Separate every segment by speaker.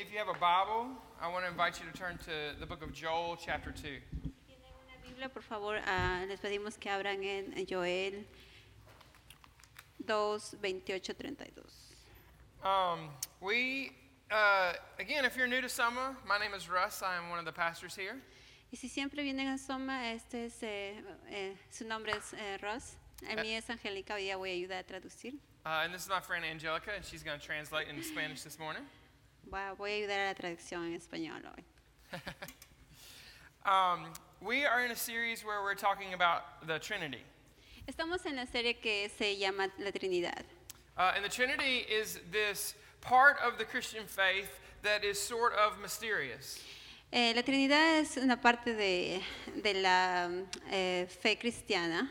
Speaker 1: if you have a Bible, I want to invite you to turn to the book of Joel, chapter 2.
Speaker 2: Tienen una Biblia, por favor, ah, les pedimos que abran en Joel 2, 28, 32.
Speaker 1: Um, we, uh, again, if you're new to Summa, my name is Russ. I am one of the pastors here.
Speaker 2: Y si siempre vienen a Soma, este es, eh, eh, su nombre es eh, Ross. A mí es Angélica, hoy día voy a ayudar a traducir.
Speaker 1: Uh, and this is my friend Angelica, and she's going to translate into Spanish this morning.
Speaker 2: Va- voy a ayudar a la traducción en español hoy.
Speaker 1: Um, we are in a series where we're talking about the Trinity.
Speaker 2: Estamos en la serie que se llama La Trinidad.
Speaker 1: Uh, and the Trinity is this part of the Christian faith that is sort of mysterious.
Speaker 2: Eh, la Trinidad es una parte de, de la mm, eh, fe cristiana.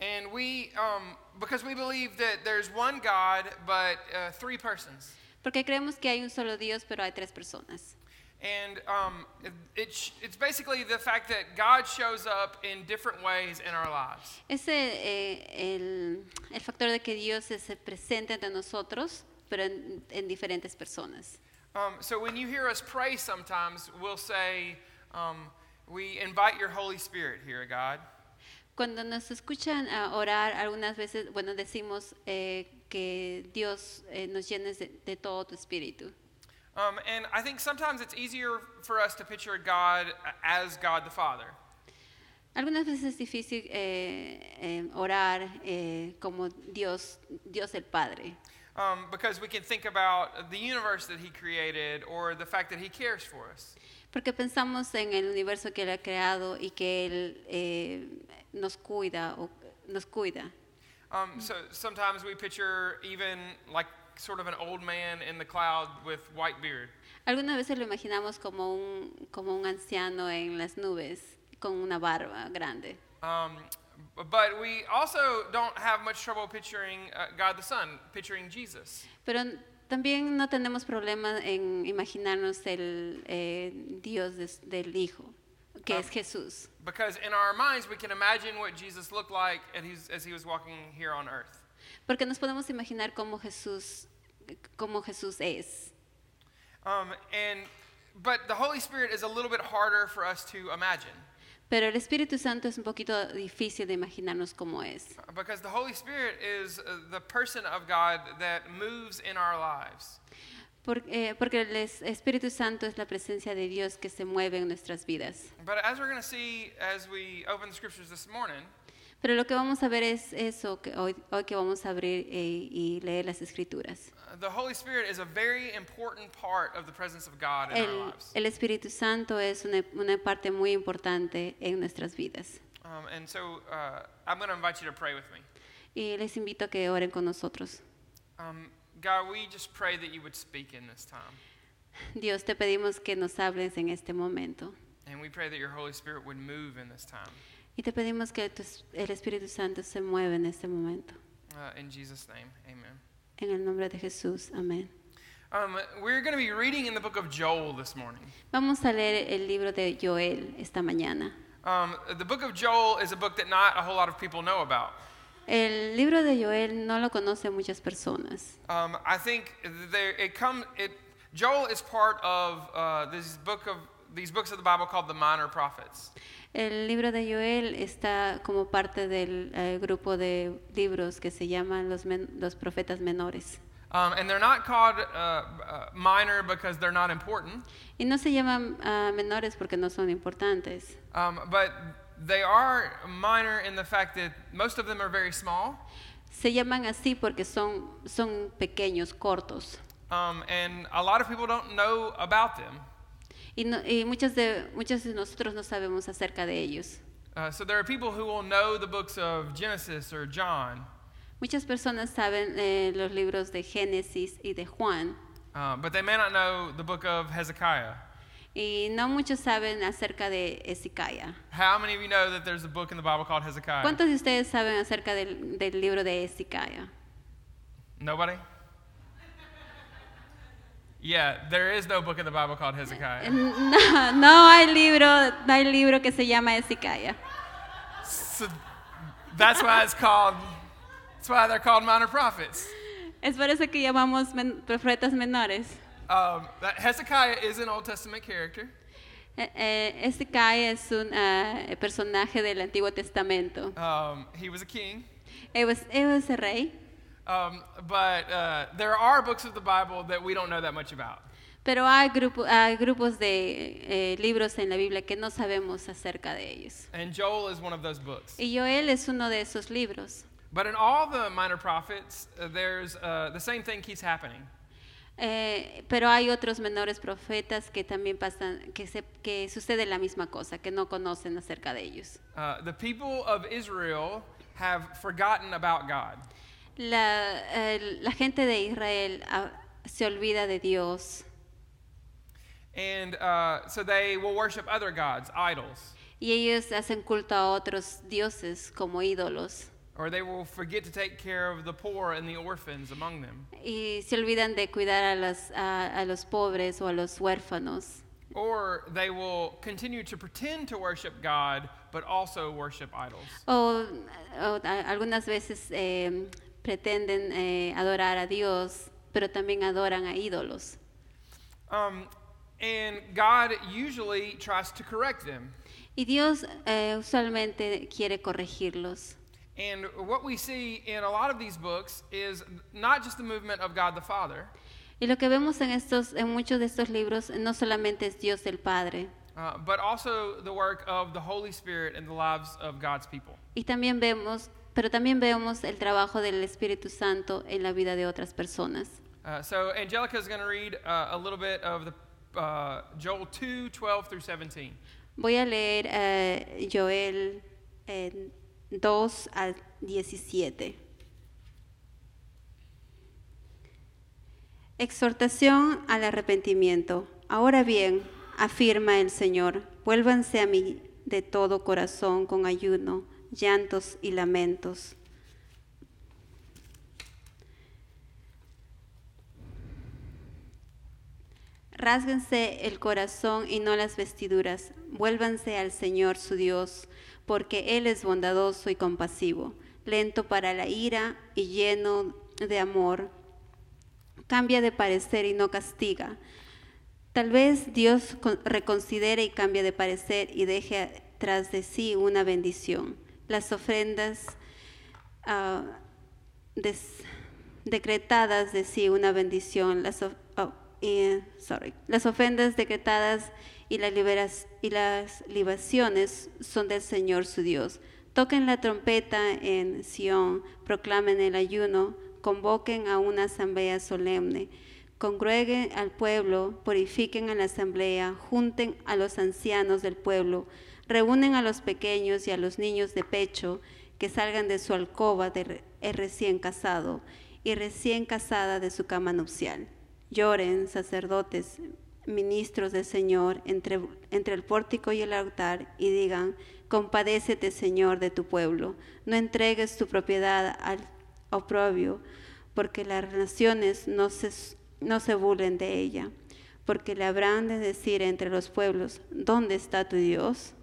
Speaker 1: And we, um, because we believe that there's one God, but uh, three persons.
Speaker 2: Porque creemos que hay un solo Dios, pero hay tres personas.
Speaker 1: And um, it, it sh- it's basically the fact that God shows up in different ways in our lives.
Speaker 2: Es el, eh, el- el factor de que Dios es el presente ante nosotros, pero en, en diferentes personas.
Speaker 1: Um, so when you hear us pray sometimes, we'll say, um, We invite your Holy Spirit here, God.
Speaker 2: Cuando nos escuchan ah, orar, algunas veces, bueno, decimos eh, que Dios eh, nos llenes de, de todo tu espíritu.
Speaker 1: Um, and I think sometimes it's easier for us to picture God as God the Father.
Speaker 2: Algunas veces es difícil eh, eh, orar eh, como Dios, Dios el Padre,
Speaker 1: Um, because we can think about the universe that He created or the fact that He cares for us.
Speaker 2: porque pensamos en el universo que Él ha creado y que Él eh, nos cuida o nos cuida.
Speaker 1: Um, so sometimes we picture even like sort of an old man in the cloud with white beard.
Speaker 2: Algunas veces lo imaginamos como un, como un anciano en las nubes, con una barba grande.
Speaker 1: Um, but we also don't have much trouble picturing uh, God the Son, picturing Jesus.
Speaker 2: Pero n- también no tenemos problema en imaginarnos el eh, Dios des- del Hijo, que
Speaker 1: Ah.
Speaker 2: es Jesús.
Speaker 1: Because in our minds, we can imagine what Jesus looked like as he's- as he was walking here on earth.
Speaker 2: Porque nos podemos imaginar cómo Jesús, cómo Jesús es.
Speaker 1: Um, and, but the Holy Spirit is a little bit harder for us to imagine.
Speaker 2: Pero el Espíritu Santo es un poquito difícil de imaginarnos cómo es.
Speaker 1: Because the Holy Spirit is uh, the person of God that moves in our lives.
Speaker 2: Por- eh, porque el es- Espíritu Santo es la presencia de Dios que se mueve en nuestras vidas.
Speaker 1: But as we're going to see as we open the scriptures this morning,
Speaker 2: Pero lo que vamos a ver es eso que hoy, hoy que vamos a abrir eh, y leer las escrituras.
Speaker 1: uh, the Holy Spirit is a very important part of the presence of God in
Speaker 2: El,
Speaker 1: our lives.
Speaker 2: el Espíritu Santo es una, una parte muy importante en nuestras vidas.
Speaker 1: Um, and so uh, I'm going to invite you to pray with me.
Speaker 2: Y les invito a que oren con nosotros.
Speaker 1: Um, God, we just pray that you would speak in this time.
Speaker 2: Dios, te pedimos que nos hables en este momento.
Speaker 1: And we pray that your Holy Spirit would move in this time.
Speaker 2: Y te pedimos que tu es- el Espíritu Santo se mueva en este momento.
Speaker 1: Uh, in Jesus' name, amen.
Speaker 2: En el nombre de Jesús. Amén.
Speaker 1: Um, we're going to be reading in the book of Joel this morning.
Speaker 2: Vamos a leer el libro de Joel esta mañana.
Speaker 1: Um, the book of Joel is a book that not a whole lot of people know about.
Speaker 2: El libro de Joel no lo conocen muchas personas.
Speaker 1: Um, I think there, it come, it, Joel is part of uh, this book of these books of the Bible called the Minor Prophets.
Speaker 2: El libro de Joel está como parte del eh, grupo de libros que se llaman los, men- los profetas menores.
Speaker 1: Um, and they're not called uh, uh, minor because they're not important,
Speaker 2: Y no se llaman ah, menores porque no son importantes,
Speaker 1: um, but they are minor in the fact that most of them are very small,
Speaker 2: se llaman así porque son, son pequeños, cortos.
Speaker 1: um, and a lot of people don't know about them.
Speaker 2: Y, no- y muchas de, muchos de nosotros no sabemos acerca de ellos.
Speaker 1: Uh, so there are people who will know the books of Genesis or John,
Speaker 2: Muchas personas saben eh, los libros de Génesis y de Juan,
Speaker 1: uh, but they may not know the book of Hezekiah.
Speaker 2: y no muchos saben acerca de Ezequiel.
Speaker 1: How many of you know that there's a book in the Bible called Hezekiah?
Speaker 2: ¿Cuántos de ustedes saben acerca del, del libro de Ezequiel?
Speaker 1: Nobody? Yeah, there is no book in the Bible called Hezekiah.
Speaker 2: No, no hay libro, no hay libro que se llama Ezequiel.
Speaker 1: So that's why it's called that's why they're called minor prophets.
Speaker 2: Es por eso que llamamos men- profetas menores.
Speaker 1: Um, Um, that Hezekiah is an Old Testament character.
Speaker 2: Eh, eh, Este Kai es un ah, personaje del Antiguo Testamento.
Speaker 1: Um, he was a king.
Speaker 2: Él was- él es el rey,
Speaker 1: Um, but uh, there are books of the Bible that we don't know that much about.
Speaker 2: pero hay, grupo- hay grupos de eh, libros en la Biblia que no sabemos acerca de ellos.
Speaker 1: And Joel is one of those books.
Speaker 2: Y Joel es uno de esos libros.
Speaker 1: But in all the minor prophets, uh, there's uh, the same thing keeps happening.
Speaker 2: Eh, pero hay otros menores profetas que también pasan, que, se- que sucede la misma cosa, que no conocen acerca de ellos.
Speaker 1: Uh, the people of Israel have forgotten about God.
Speaker 2: La, eh, la gente de Israel ah, se olvida de Dios
Speaker 1: And uh, so they will worship other gods, idols,
Speaker 2: y ellos hacen culto a otros dioses como ídolos
Speaker 1: or they will forget to take care of the poor and the orphans among them.
Speaker 2: y se olvidan de cuidar a, las- a- a los pobres o a los huérfanos
Speaker 1: Or they will continue to pretend to worship God, but also worship idols.
Speaker 2: o, o a- algunas veces eh, pretenden eh, adorar a Dios pero también adoran a ídolos
Speaker 1: Um, and God usually tries to correct them.
Speaker 2: y Dios eh, usualmente quiere corregirlos
Speaker 1: And what we see in a lot of these books is not just the movement of God the Father,
Speaker 2: y lo que vemos en estos en muchos de estos libros no solamente es Dios el Padre
Speaker 1: uh, but also the work of the Holy Spirit in the lives of God's people.
Speaker 2: Y también vemos, pero también vemos el trabajo del Espíritu Santo en la vida de otras personas.
Speaker 1: Uh, so Angelica is going to read uh, a little bit of the uh, Joel 2, 12 through 17.
Speaker 2: Voy a leer eh, Joel eh, 2 al 17. Exhortación al arrepentimiento. Ahora bien, afirma el Señor, vuélvanse a mí de todo corazón con ayuno, llantos y lamentos. Rásguense el corazón y no las vestiduras. Vuélvanse al Señor su Dios, porque Él es bondadoso y compasivo, lento para la ira y lleno de amor. Cambia de parecer y no castiga. Tal vez Dios con- reconsidere y cambie de parecer y deje tras de sí una bendición. Las ofrendas ah, des- decretadas de sí una bendición, las, of- oh, eh, sorry. las ofrendas decretadas y, las liberas- y las libaciones son del Señor su Dios. Toquen la trompeta en Sión, proclamen el ayuno, convoquen a una asamblea solemne, congreguen al pueblo, purifiquen a la asamblea, junten a los ancianos del pueblo, reúnen a los pequeños y a los niños de pecho, que salgan de su alcoba de re- el recién casado y recién casada de su cama nupcial. Lloren, sacerdotes, ministros del Señor, entre, entre el pórtico y el altar, y digan, compadécete, Señor, de tu pueblo, no entregues tu propiedad al oprobio, porque las naciones no se, s- no se burlen de ella, porque le habrán de decir entre los pueblos, ¿dónde está tu Dios?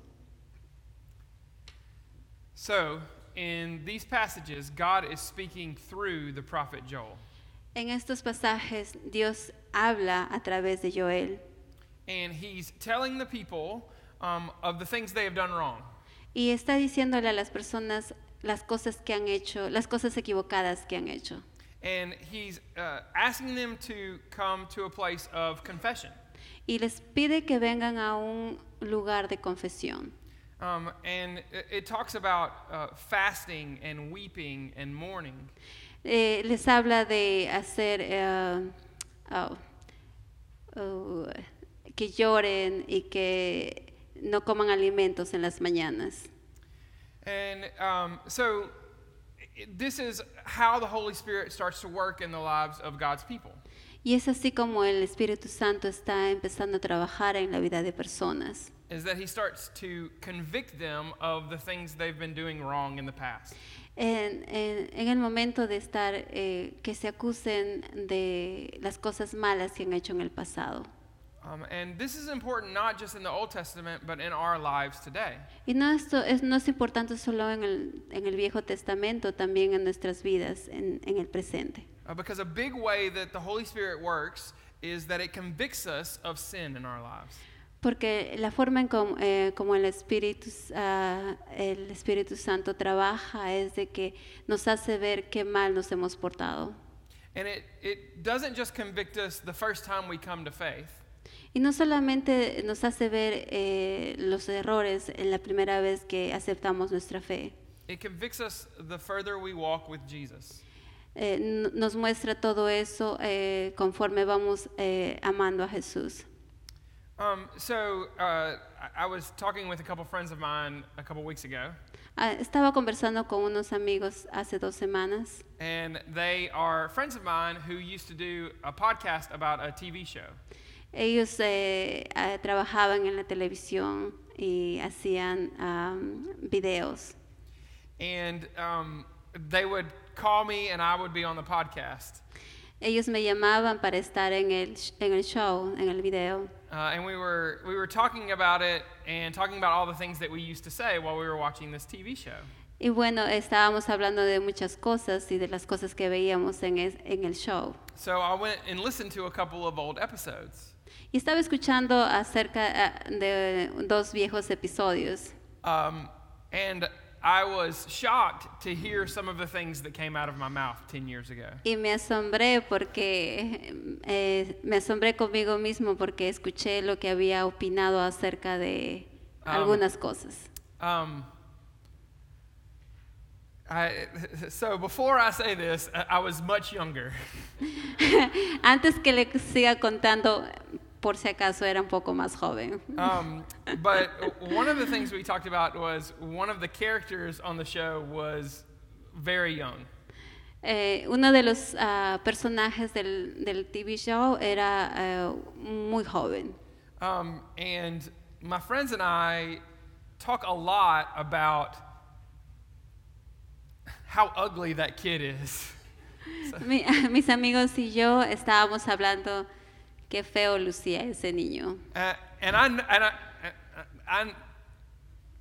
Speaker 1: So, in these passages, God is speaking through the prophet Joel.
Speaker 2: En estos pasajes Dios habla a través de Joel
Speaker 1: And he's telling the people um, of the things they have done wrong.
Speaker 2: y está diciéndole a las personas las cosas que han hecho, las cosas equivocadas que han hecho.
Speaker 1: And he's uh, asking them to come to a place of confession.
Speaker 2: Y les pide que vengan a un lugar de confesión.
Speaker 1: Um, and it, it talks about uh, fasting and weeping and mourning.
Speaker 2: Eh, les habla de hacer eh, oh, oh, que lloren y que no coman alimentos en las mañanas.
Speaker 1: And um, so i- this is how the Holy Spirit starts to work in the lives of God's people.
Speaker 2: Y es así como el Espíritu Santo está empezando a trabajar en la vida de personas.
Speaker 1: Is that he starts to convict them of the things they've been doing wrong in the past.
Speaker 2: En, en- en el momento de estar, eh, que se acusen de las cosas malas que han hecho en el pasado.
Speaker 1: Um, and this is important not just in the Old Testament, but in our lives today.
Speaker 2: Y no, esto es, no es importante solo en el, en el Viejo Testamento, también en nuestras vidas, en, en el presente.
Speaker 1: Uh, because a big way that the Holy Spirit works is that it convicts us of sin in our lives.
Speaker 2: Porque la forma en com- eh, como el Espíritu, S- ah, el Espíritu Santo trabaja es de que nos hace ver qué mal nos hemos portado.
Speaker 1: And it, it doesn't just convict us the first time we come to faith,
Speaker 2: Y no solamente nos hace ver eh, los errores en la primera vez que aceptamos nuestra fe,
Speaker 1: it convicts us the further we walk with Jesus.
Speaker 2: Eh, n- nos muestra todo eso eh, conforme vamos eh, amando a Jesús.
Speaker 1: Um, so uh, I- I was talking with a couple friends of mine a couple weeks ago,
Speaker 2: Ah, estaba conversando con unos amigos hace dos semanas
Speaker 1: and they are friends of mine who used to do a podcast about a TV show.
Speaker 2: Ellos eh, ah, trabajaban en la televisión y hacían am, videos.
Speaker 1: And um, they would call me, and I would be on the podcast.
Speaker 2: Ellos me llamaban para estar en el, sh- en el show, en el video.
Speaker 1: Uh, and we were, we were talking about it and talking about all the things that we used to say while we were watching this TV show.
Speaker 2: Y bueno, estábamos hablando de muchas cosas y de las cosas que veíamos en, es- en el show.
Speaker 1: So I went and listened to a couple of old episodes.
Speaker 2: Y estaba escuchando acerca ah, de dos viejos episodios.
Speaker 1: Um, and I was shocked to hear some of the things that came out of my mouth 10 years ago.
Speaker 2: Y me asombré porque eh, me asombré conmigo mismo porque escuché lo que había opinado acerca de
Speaker 1: Ah.
Speaker 2: algunas cosas.
Speaker 1: Um, I, so before I say this, I- I was much younger.
Speaker 2: Antes que le siga contando, por si acaso era un poco más joven.
Speaker 1: Um, but one of the things we talked about was one of the characters on the show was very young.
Speaker 2: Eh, uno de los ah, personajes del, del TV show era eh, muy joven.
Speaker 1: Um, and my friends and I talk a lot about how ugly that kid is.
Speaker 2: Mi- mis amigos y yo estábamos hablando qué feo lucía ese niño.
Speaker 1: Uh, and I, and I, I,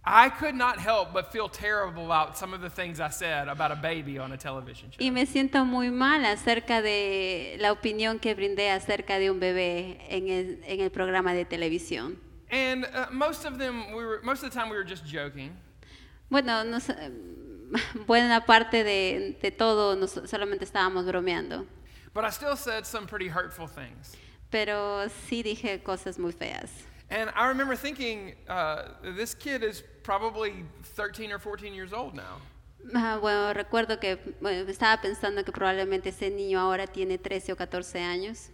Speaker 1: I could not help but feel terrible about some of the things I said about a baby on a television show.
Speaker 2: Y me siento muy mal acerca de la opinión que brindé acerca de un bebé en el, en el programa de televisión.
Speaker 1: And uh, most of them, we were, most of the time, we were just joking.
Speaker 2: Bueno, no sé, buena parte de, de todo nos- solamente estábamos bromeando,
Speaker 1: But I still said some pretty hurtful things.
Speaker 2: pero sí dije cosas muy feas.
Speaker 1: And I remember thinking, uh, this kid is probably 13 or 14 years old now.
Speaker 2: Ah, bueno, recuerdo que bueno, estaba pensando que probablemente ese niño ahora tiene 13 o 14 años.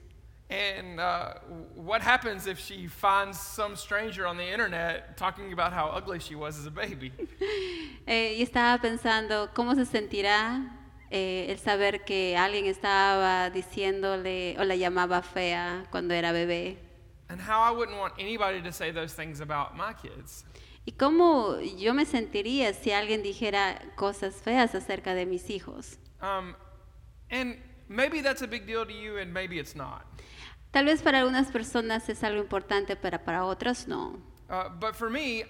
Speaker 1: And uh, what happens if she finds some stranger on the internet talking about how ugly she was as a baby?
Speaker 2: Eh, y estaba pensando cómo se sentirá eh, el saber que alguien estaba diciéndole o la llamaba fea cuando era bebé.
Speaker 1: And how I wouldn't want anybody to say those things about my kids.
Speaker 2: Y cómo yo me sentiría si alguien dijera cosas feas acerca de mis hijos.
Speaker 1: Um, and maybe that's a big deal to you, and maybe it's not.
Speaker 2: Tal vez para algunas personas es algo importante, pero para otras no.
Speaker 1: Uh, but for me,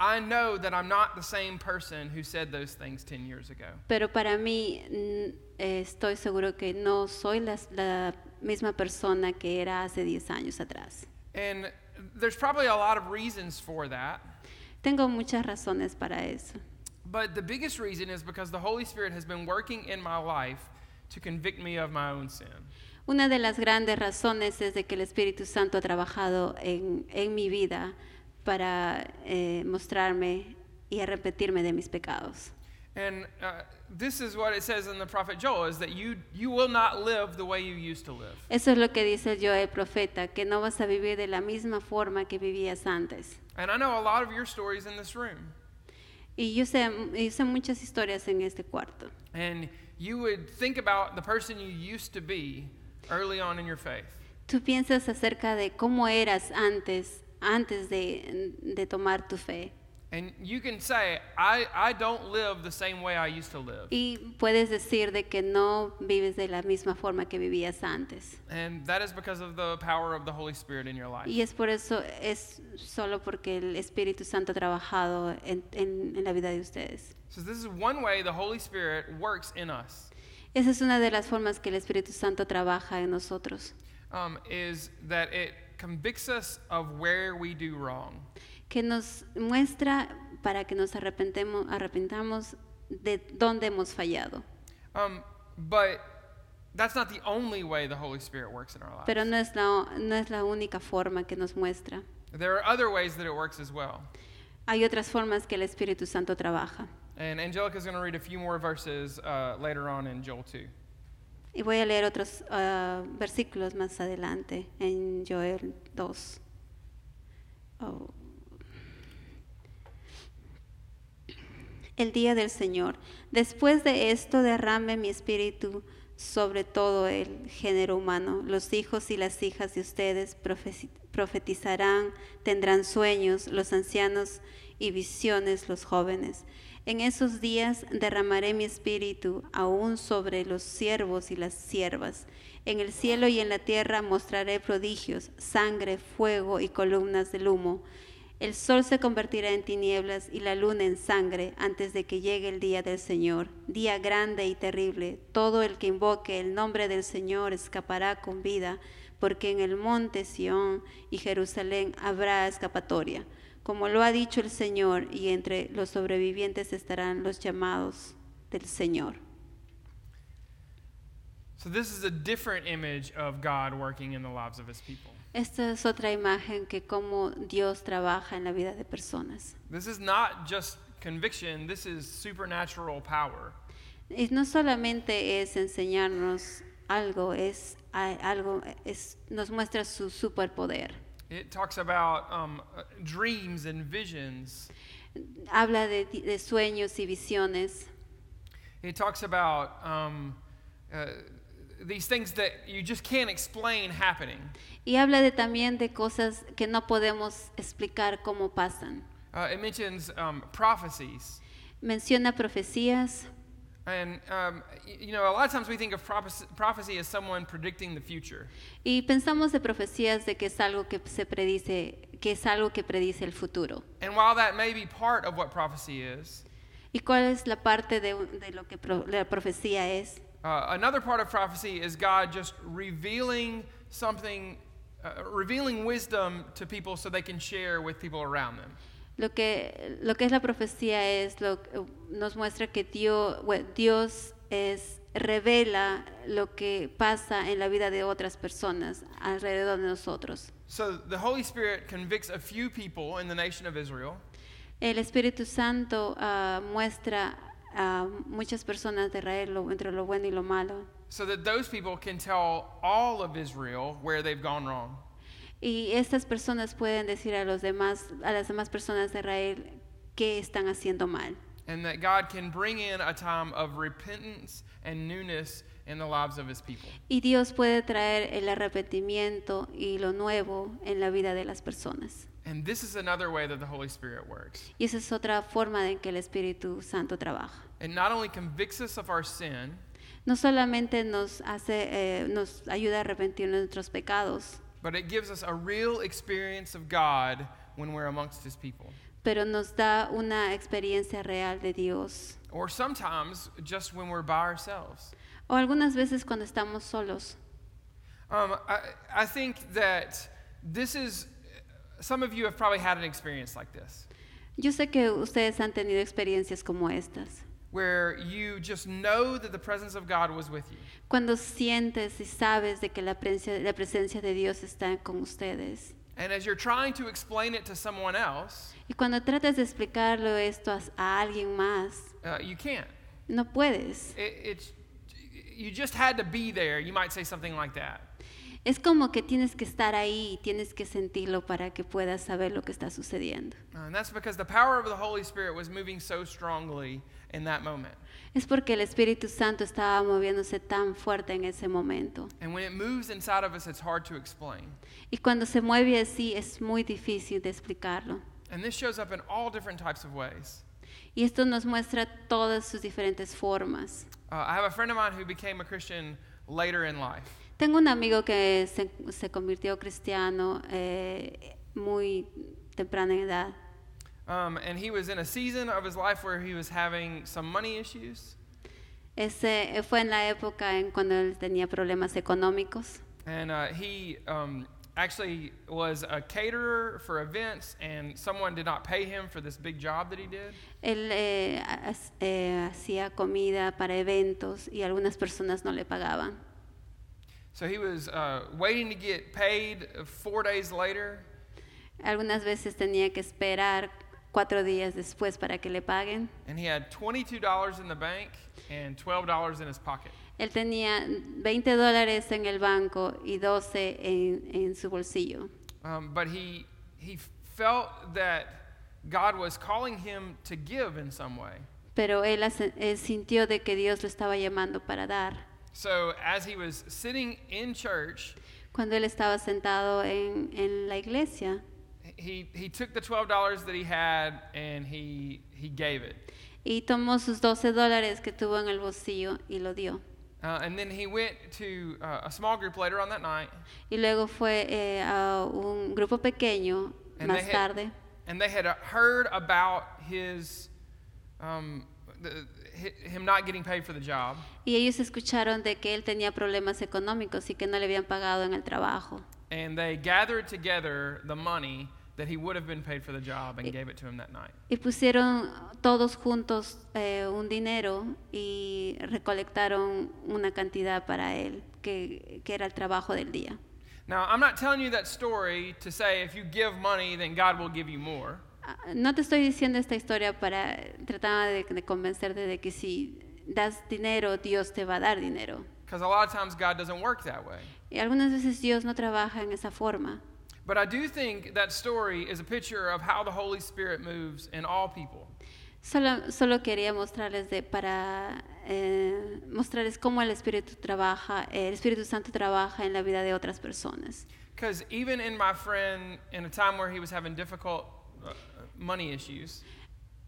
Speaker 1: I know that I'm not the same person who said those things 10 years ago.
Speaker 2: Pero para mí mm, eh, estoy seguro que no soy las- la misma persona que era hace 10 años atrás.
Speaker 1: And there's probably a lot of reasons for that.
Speaker 2: Tengo muchas razones para eso.
Speaker 1: But the biggest reason is because the Holy Spirit has been working in my life to convict me of my own sin.
Speaker 2: Una de las grandes razones es de que el Espíritu Santo ha trabajado en, en mi vida para eh, mostrarme y arrepentirme de mis pecados.
Speaker 1: And uh, this is what it says in the prophet Joel is that you, you will not live the way you used to live.
Speaker 2: Eso es lo que dice Joel profeta, que no vas a vivir de la misma forma que vivías antes.
Speaker 1: And I know a lot of your stories in this room.
Speaker 2: Y yo sé, yo sé muchas historias en este cuarto.
Speaker 1: And you would think about the person you used to be early on in your faith.
Speaker 2: Tú piensas acerca de cómo eras antes, antes de, de tomar tu fe.
Speaker 1: And you can say, I, I don't live the same way I used to live.
Speaker 2: Y puedes decir de que no vives de la misma forma que vivías antes.
Speaker 1: And that is because of the power of the Holy Spirit in your life.
Speaker 2: Y es por eso, es solo porque el Espíritu Santo ha trabajado en, en- en la vida de ustedes.
Speaker 1: So, this is one way the Holy Spirit works in us.
Speaker 2: Esa es una de las formas que el Espíritu Santo trabaja en nosotros.
Speaker 1: um, is that it convicts us of where we do wrong.
Speaker 2: que nos muestra para que nos arrepentemo- arrepentamos de dónde hemos fallado.
Speaker 1: Um, but that's not the only way the Holy Spirit works in our lives.
Speaker 2: Pero no es, la, o- no es la única forma que nos muestra.
Speaker 1: There are other ways that it works as well.
Speaker 2: Hay otras formas que el Espíritu Santo trabaja.
Speaker 1: And Angelica's going to read a few more verses uh, later on in Joel 2.
Speaker 2: Y voy a leer otros ah, versículos más adelante en Joel 2. Oh. El día del Señor. Después de esto derrame mi espíritu sobre todo el género humano. Los hijos y las hijas de ustedes profeci- profetizarán, tendrán sueños, los ancianos y visiones, los jóvenes. En esos días derramaré mi espíritu aún sobre los siervos y las siervas. En el cielo y en la tierra mostraré prodigios, sangre, fuego y columnas del humo. El sol se convertirá en tinieblas y la luna en sangre antes de que llegue el día del Señor, día grande y terrible. Todo el que invoque el nombre del Señor escapará con vida, porque en el monte Sión y Jerusalén habrá escapatoria. Como lo ha dicho el Señor, y entre los sobrevivientes estarán los llamados del Señor.
Speaker 1: So, this is a different image of God working in the lives of his people.
Speaker 2: Esta es otra imagen que cómo Dios trabaja en la vida de personas.
Speaker 1: This is not just conviction, this is supernatural power.
Speaker 2: Y no solamente es enseñarnos algo, es a- algo es, nos muestra su superpoder.
Speaker 1: It talks about um, uh, dreams and visions,
Speaker 2: Habla de, di- de sueños y visiones,
Speaker 1: it talks about um, uh, these things that you just can't explain happening.
Speaker 2: y habla de, también de cosas que no podemos explicar cómo pasan.
Speaker 1: Uh, it mentions um, prophecies.
Speaker 2: Menciona profecías.
Speaker 1: And, um, y- you know, a lot of times we think of prophecy, prophecy as someone predicting the future.
Speaker 2: Y pensamos de profecías de que es algo que se predice, que es algo que predice el futuro.
Speaker 1: And while that may be part of what prophecy is,
Speaker 2: ¿Y cuál es la parte de, un- de lo que pro- la profecía es?
Speaker 1: uh, another part of prophecy is God just revealing something, uh, revealing wisdom to people so they can share with people around them.
Speaker 2: Lo que, lo que es la profecía es lo nos muestra que Dios, bueno, Dios es revela lo que pasa en la vida de otras personas alrededor de nosotros.
Speaker 1: So the Holy Spirit convicts a few people in the nation of Israel,
Speaker 2: El Espíritu Santo ah, muestra a muchas personas de Israel lo- entre lo bueno y lo malo
Speaker 1: so that those people can tell all of Israel where they've gone wrong.
Speaker 2: y estas personas pueden decir a los demás a las demás personas de Israel qué están haciendo mal
Speaker 1: And that God can bring in a time of repentance and newness in the lives of his people.
Speaker 2: y Dios puede traer el arrepentimiento y lo nuevo en la vida de las personas.
Speaker 1: And this is another way that the Holy Spirit works.
Speaker 2: Y esa es otra forma en que el Espíritu Santo trabaja.
Speaker 1: It not only convicts us of our sin,
Speaker 2: No solamente nos hace, eh, nos ayuda a arrepentir de nuestros pecados,
Speaker 1: but it gives us a real experience of God when we're amongst his people.
Speaker 2: pero nos da una experiencia real de Dios.
Speaker 1: Or sometimes just when we're by ourselves.
Speaker 2: O algunas veces cuando estamos solos.
Speaker 1: Um, I, I think that this is, some of you have probably had an experience like this,
Speaker 2: Yo sé que ustedes han tenido experiencias como estas,
Speaker 1: where you just know that the presence of God was with you.
Speaker 2: cuando sientes y sabes de que la presencia, la presencia de Dios está con ustedes.
Speaker 1: And as you're trying to explain it to someone else,
Speaker 2: Y cuando tratas de explicarlo esto a, a alguien más,
Speaker 1: uh, you can't.
Speaker 2: no puedes.
Speaker 1: It, it's, you just had to be there. You might say something like that.
Speaker 2: Es como que tienes que estar ahí, tienes que sentirlo para que puedas saber lo que está sucediendo.
Speaker 1: Uh, And that's because the power of the Holy Spirit was moving so strongly in that moment.
Speaker 2: Es porque el Espíritu Santo estaba moviéndose tan fuerte en ese momento.
Speaker 1: And when it moves inside of us, it's hard to explain.
Speaker 2: Y cuando se mueve así es muy difícil de explicarlo.
Speaker 1: And this shows up in all different types of ways.
Speaker 2: Y esto nos muestra todas sus diferentes formas.
Speaker 1: Uh, I have a friend of mine who became a Christian later in life.
Speaker 2: Tengo un amigo que se, se convirtió cristiano eh, muy temprana edad.
Speaker 1: Um, and he was in a season of his life where he was having some money issues.
Speaker 2: Ese eh, fue en la época en cuando él tenía problemas económicos.
Speaker 1: And uh, he um, actually was a caterer for events, and someone did not pay him for this big job that he did.
Speaker 2: Él eh, ha- has- eh, hacía comida para eventos y algunas personas no le pagaban.
Speaker 1: So he was uh, waiting to get paid four days later,
Speaker 2: Algunas veces tenía que esperar cuatro días después para que le paguen.
Speaker 1: and he had $22 in the bank and $12 in his pocket.
Speaker 2: Él tenía 20 dólares en el banco y 12 en, en su bolsillo.
Speaker 1: Um, but he, he felt that God was calling him to give in some way.
Speaker 2: Pero él, hace- él sintió de que Dios lo estaba llamando para dar.
Speaker 1: So as he was sitting in church,
Speaker 2: Cuando él estaba sentado en, en la iglesia,
Speaker 1: he, he took the $12 that he had and he, he gave it.
Speaker 2: y tomó sus 12 dólares que tuvo en el bolsillo y lo dio.
Speaker 1: Uh, and then he went to uh, a small group later on that night,
Speaker 2: Y luego fue eh, a un grupo pequeño
Speaker 1: And they
Speaker 2: más
Speaker 1: had-
Speaker 2: tarde.
Speaker 1: and they had uh, heard about his, um, the, hi- him not getting paid for the job.
Speaker 2: Y ellos escucharon de que él tenía problemas económicos y que no le habían pagado en el trabajo.
Speaker 1: And they gathered together the money that he would have been paid for the job and gave it to him that night.
Speaker 2: Y pusieron todos juntos eh, un dinero y recolectaron una cantidad para él, que, que era el trabajo del día.
Speaker 1: Now, I'm not telling you that story to say if you give money, then God will give you more.
Speaker 2: Ah, No te estoy diciendo esta historia para tratar de, de convencerte de que si das dinero, Dios te va a dar dinero.
Speaker 1: Because a lot of times God doesn't work that way.
Speaker 2: Y algunas veces Dios no trabaja en esa forma.
Speaker 1: But I do think that story is a picture of how the Holy Spirit moves in all people.
Speaker 2: Solo, solo quería mostrarles de, para eh, mostrarles cómo el Espíritu trabaja, el Espíritu Santo trabaja en la vida de otras personas.
Speaker 1: Because even in my friend, in a time where he was having difficult uh, money issues,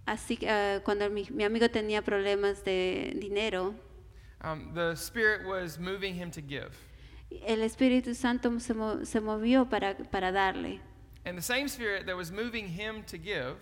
Speaker 2: Así que eh, cuando mi, mi amigo tenía problemas de dinero,
Speaker 1: um, the Spirit was moving him to give.
Speaker 2: el Espíritu Santo se, mo- se movió para, para darle.
Speaker 1: And the same Spirit that was moving him to give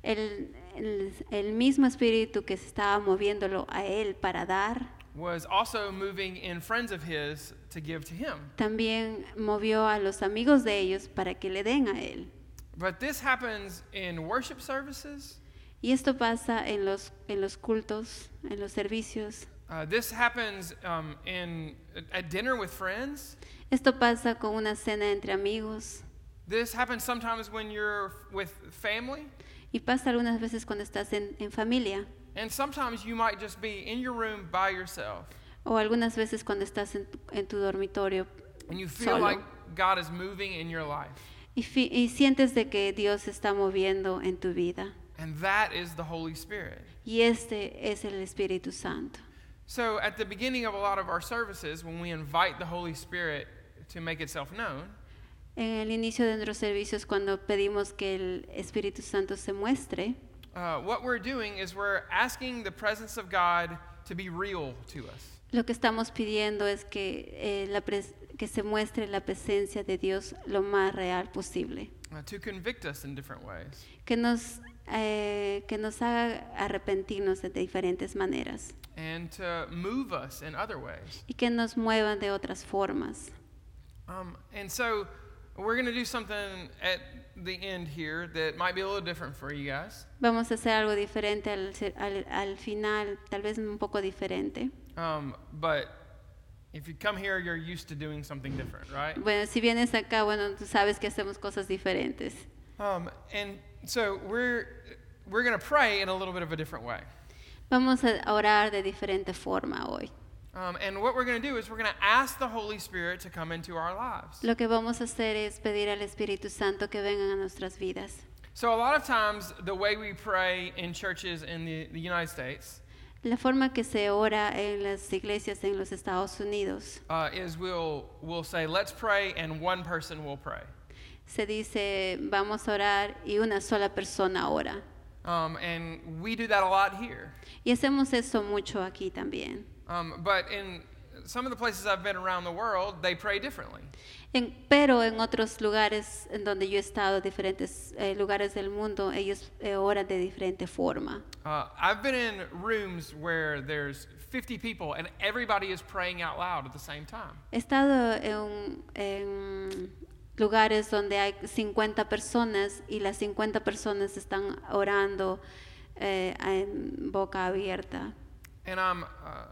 Speaker 2: El, el- el mismo Espíritu que se estaba moviéndolo a él para dar,
Speaker 1: was also moving in friends of his to give to him.
Speaker 2: también movió a los amigos de ellos para que le den a él.
Speaker 1: But this happens in worship services.
Speaker 2: Y esto pasa en los, en los cultos, en los servicios.
Speaker 1: Uh, this happens um, in at dinner with friends.
Speaker 2: Esto pasa con una cena entre amigos
Speaker 1: This happens sometimes when you're with family,
Speaker 2: y pasa algunas veces cuando estás en, en familia
Speaker 1: and sometimes you might just be in your room by yourself,
Speaker 2: o algunas veces cuando estás en, tu- en tu dormitorio
Speaker 1: and you feel
Speaker 2: solo
Speaker 1: like God is moving in your life,
Speaker 2: y, fi- y sientes de que Dios se está moviendo en tu vida.
Speaker 1: and that is the Holy Spirit.
Speaker 2: Y este es el Espíritu Santo.
Speaker 1: So, at the beginning of a lot of our services, when we invite the Holy Spirit to make itself known,
Speaker 2: En el inicio de nuestros servicios, cuando pedimos que el Espíritu Santo se muestre,
Speaker 1: uh, what we're doing is we're asking the presence of God to be real to us.
Speaker 2: lo que estamos pidiendo es que, eh, la pres- que se muestre la presencia de Dios lo más real posible.
Speaker 1: uh, to convict us in different ways.
Speaker 2: que nos, eh, que nos haga arrepentirnos de diferentes maneras
Speaker 1: and to move us in other ways.
Speaker 2: y que nos muevan de otras formas.
Speaker 1: Um, and so we're going to do something at the end here that might be a little different for you guys.
Speaker 2: Vamos a hacer algo diferente al, ser- al- al final, tal vez un poco diferente.
Speaker 1: Um, but if you come here, you're used to doing something different, right?
Speaker 2: Bueno, si vienes acá, bueno, tú sabes que hacemos cosas diferentes.
Speaker 1: Um, and so we're we're going to pray in a little bit of a different way.
Speaker 2: Vamos a orar de diferente forma hoy.
Speaker 1: Um, and what we're going to do is we're going to ask the Holy Spirit to come into our lives.
Speaker 2: Lo que vamos a hacer es pedir al Espíritu Santo que vengan a nuestras vidas.
Speaker 1: So a lot of times, the way we pray in churches in the, the United States
Speaker 2: La forma que se ora en las iglesias en los Estados Unidos
Speaker 1: uh, is we'll we'll say, "Let's pray," and one person will pray.
Speaker 2: se dice vamos a orar y una sola persona ora.
Speaker 1: Um, and we do that a lot here.
Speaker 2: Y hacemos eso mucho aquí también.
Speaker 1: Um, but in some of the places I've been around the world, they pray differently.
Speaker 2: En- pero en otros lugares en donde yo he estado, diferentes eh, lugares del mundo, ellos eh, oran de diferente forma.
Speaker 1: Uh, I've been in rooms where there's 50 people and everybody is praying out loud at the same time.
Speaker 2: He estado en, en lugares donde hay 50 personas y las 50 personas están orando eh, en boca abierta.
Speaker 1: And I'm, uh,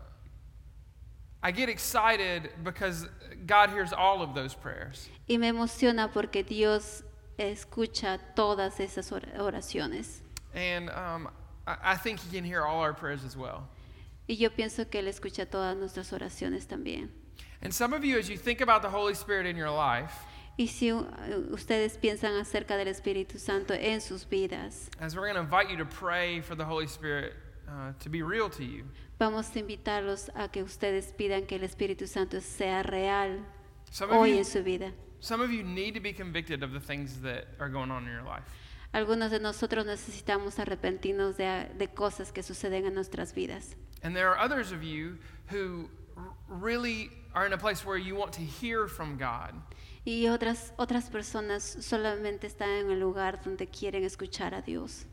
Speaker 1: I get excited because God hears all of those prayers.
Speaker 2: Y me emociona porque Dios escucha todas esas or- oraciones.
Speaker 1: And um, I, I think He can hear all our prayers as well.
Speaker 2: Y yo pienso que Él escucha todas nuestras oraciones también.
Speaker 1: And some of you, as you think about the Holy Spirit in your life,
Speaker 2: Y si u- ustedes piensan acerca del Espíritu Santo en sus vidas,
Speaker 1: as we're going to invite you to pray for the Holy Spirit uh, to be real to you.
Speaker 2: vamos a invitarlos a que ustedes pidan que el Espíritu Santo sea real
Speaker 1: Some of,
Speaker 2: hoy
Speaker 1: you,
Speaker 2: en su vida.
Speaker 1: some of you need to be convicted of the things that are going on in your life.
Speaker 2: Algunos de nosotros necesitamos arrepentirnos de, de cosas que suceden en nuestras vidas.
Speaker 1: And there are others of you who r- really are in a place where you want to hear from God.
Speaker 2: Y otras, otras personas solamente están en el lugar donde quieren escuchar a Dios.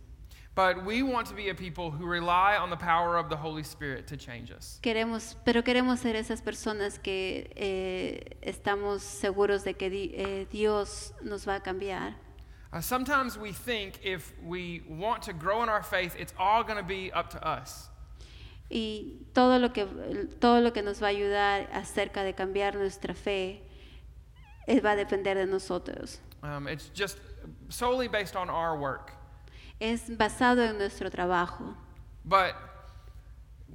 Speaker 1: But we want to be a people who rely on the power of the Holy Spirit to change us.
Speaker 2: Queremos, pero queremos ser esas personas que eh, estamos seguros de que di- eh, Dios nos va a cambiar.
Speaker 1: Uh, sometimes we think if we want to grow in our faith, it's all going to be up to us.
Speaker 2: Y todo lo que, todo lo que nos va a ayudar acerca de cambiar nuestra fe eh, va a depender de nosotros.
Speaker 1: Um, it's just solely based on our work.
Speaker 2: Es basado en nuestro trabajo.
Speaker 1: But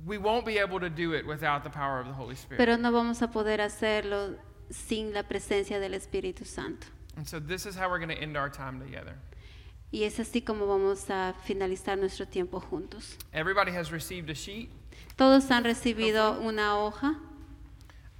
Speaker 1: we won't be able to do it without the power of the Holy Spirit.
Speaker 2: pero no vamos a poder hacerlo sin la presencia del Espíritu Santo.
Speaker 1: and so this is how we're going to end our time together.
Speaker 2: Y es así como vamos a finalizar nuestro tiempo juntos.
Speaker 1: Everybody has received a sheet.
Speaker 2: Todos han recibido una hoja.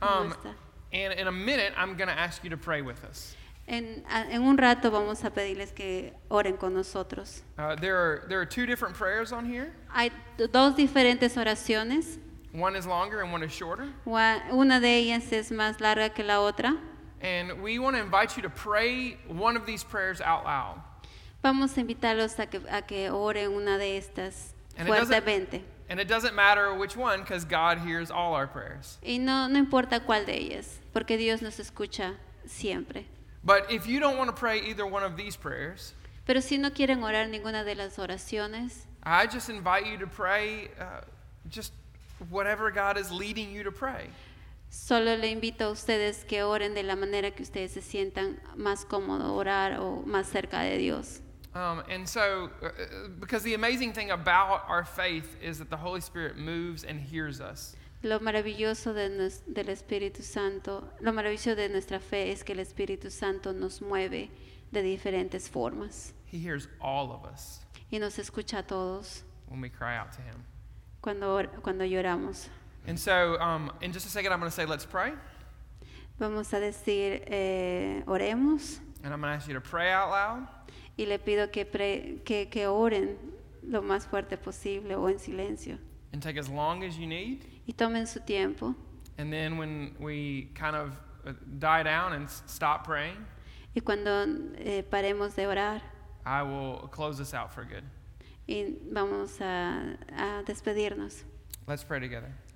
Speaker 2: ¿Cómo
Speaker 1: Um,
Speaker 2: está?
Speaker 1: and in a minute, I'm going to ask you to pray with us.
Speaker 2: En, a- en un rato vamos a pedirles que oren con nosotros.
Speaker 1: Uh, there, are, there are two different prayers on here.
Speaker 2: Hay d- dos diferentes oraciones.
Speaker 1: One is longer and one is shorter.
Speaker 2: Ua- Una de ellas es más larga que la otra.
Speaker 1: And we want to invite you to pray one of these prayers out loud.
Speaker 2: Vamos a invitarlos a que, a que oren una de estas
Speaker 1: And it doesn't-
Speaker 2: fuertemente.
Speaker 1: And it doesn't matter which one because God hears all our prayers.
Speaker 2: Y no, no importa cuál de ellas, porque Dios nos escucha siempre.
Speaker 1: But if you don't want to pray either one of these prayers,
Speaker 2: Pero si no quieren orar ninguna de las oraciones,
Speaker 1: I just invite you to pray uh, just whatever God is leading you to pray.
Speaker 2: solo le invito a ustedes que oren de la manera que ustedes se sientan más cómodo orar o más cerca de Dios.
Speaker 1: Um, and so, uh, uh, because the amazing thing about our faith is that the Holy Spirit moves and hears us.
Speaker 2: Lo maravilloso de nues- del Espíritu Santo, lo maravilloso de nuestra fe es que el Espíritu Santo nos mueve de diferentes formas
Speaker 1: He hears all of us
Speaker 2: y nos escucha a todos
Speaker 1: when we cry out to Him.
Speaker 2: cuando, or- cuando lloramos.
Speaker 1: And so, um, in just a second, I'm going to say, let's pray.
Speaker 2: Vamos a decir, eh, oremos.
Speaker 1: And I'm going to ask you to pray out loud.
Speaker 2: y le pido que, pre- que, que oren lo más fuerte posible o en silencio
Speaker 1: and take as long as you need.
Speaker 2: y tomen su tiempo
Speaker 1: And then when we kind of uh, die down and s- stop praying,
Speaker 2: y cuando eh, paremos de orar
Speaker 1: I will close this out for good.
Speaker 2: y vamos a, a despedirnos.
Speaker 1: Let's pray together.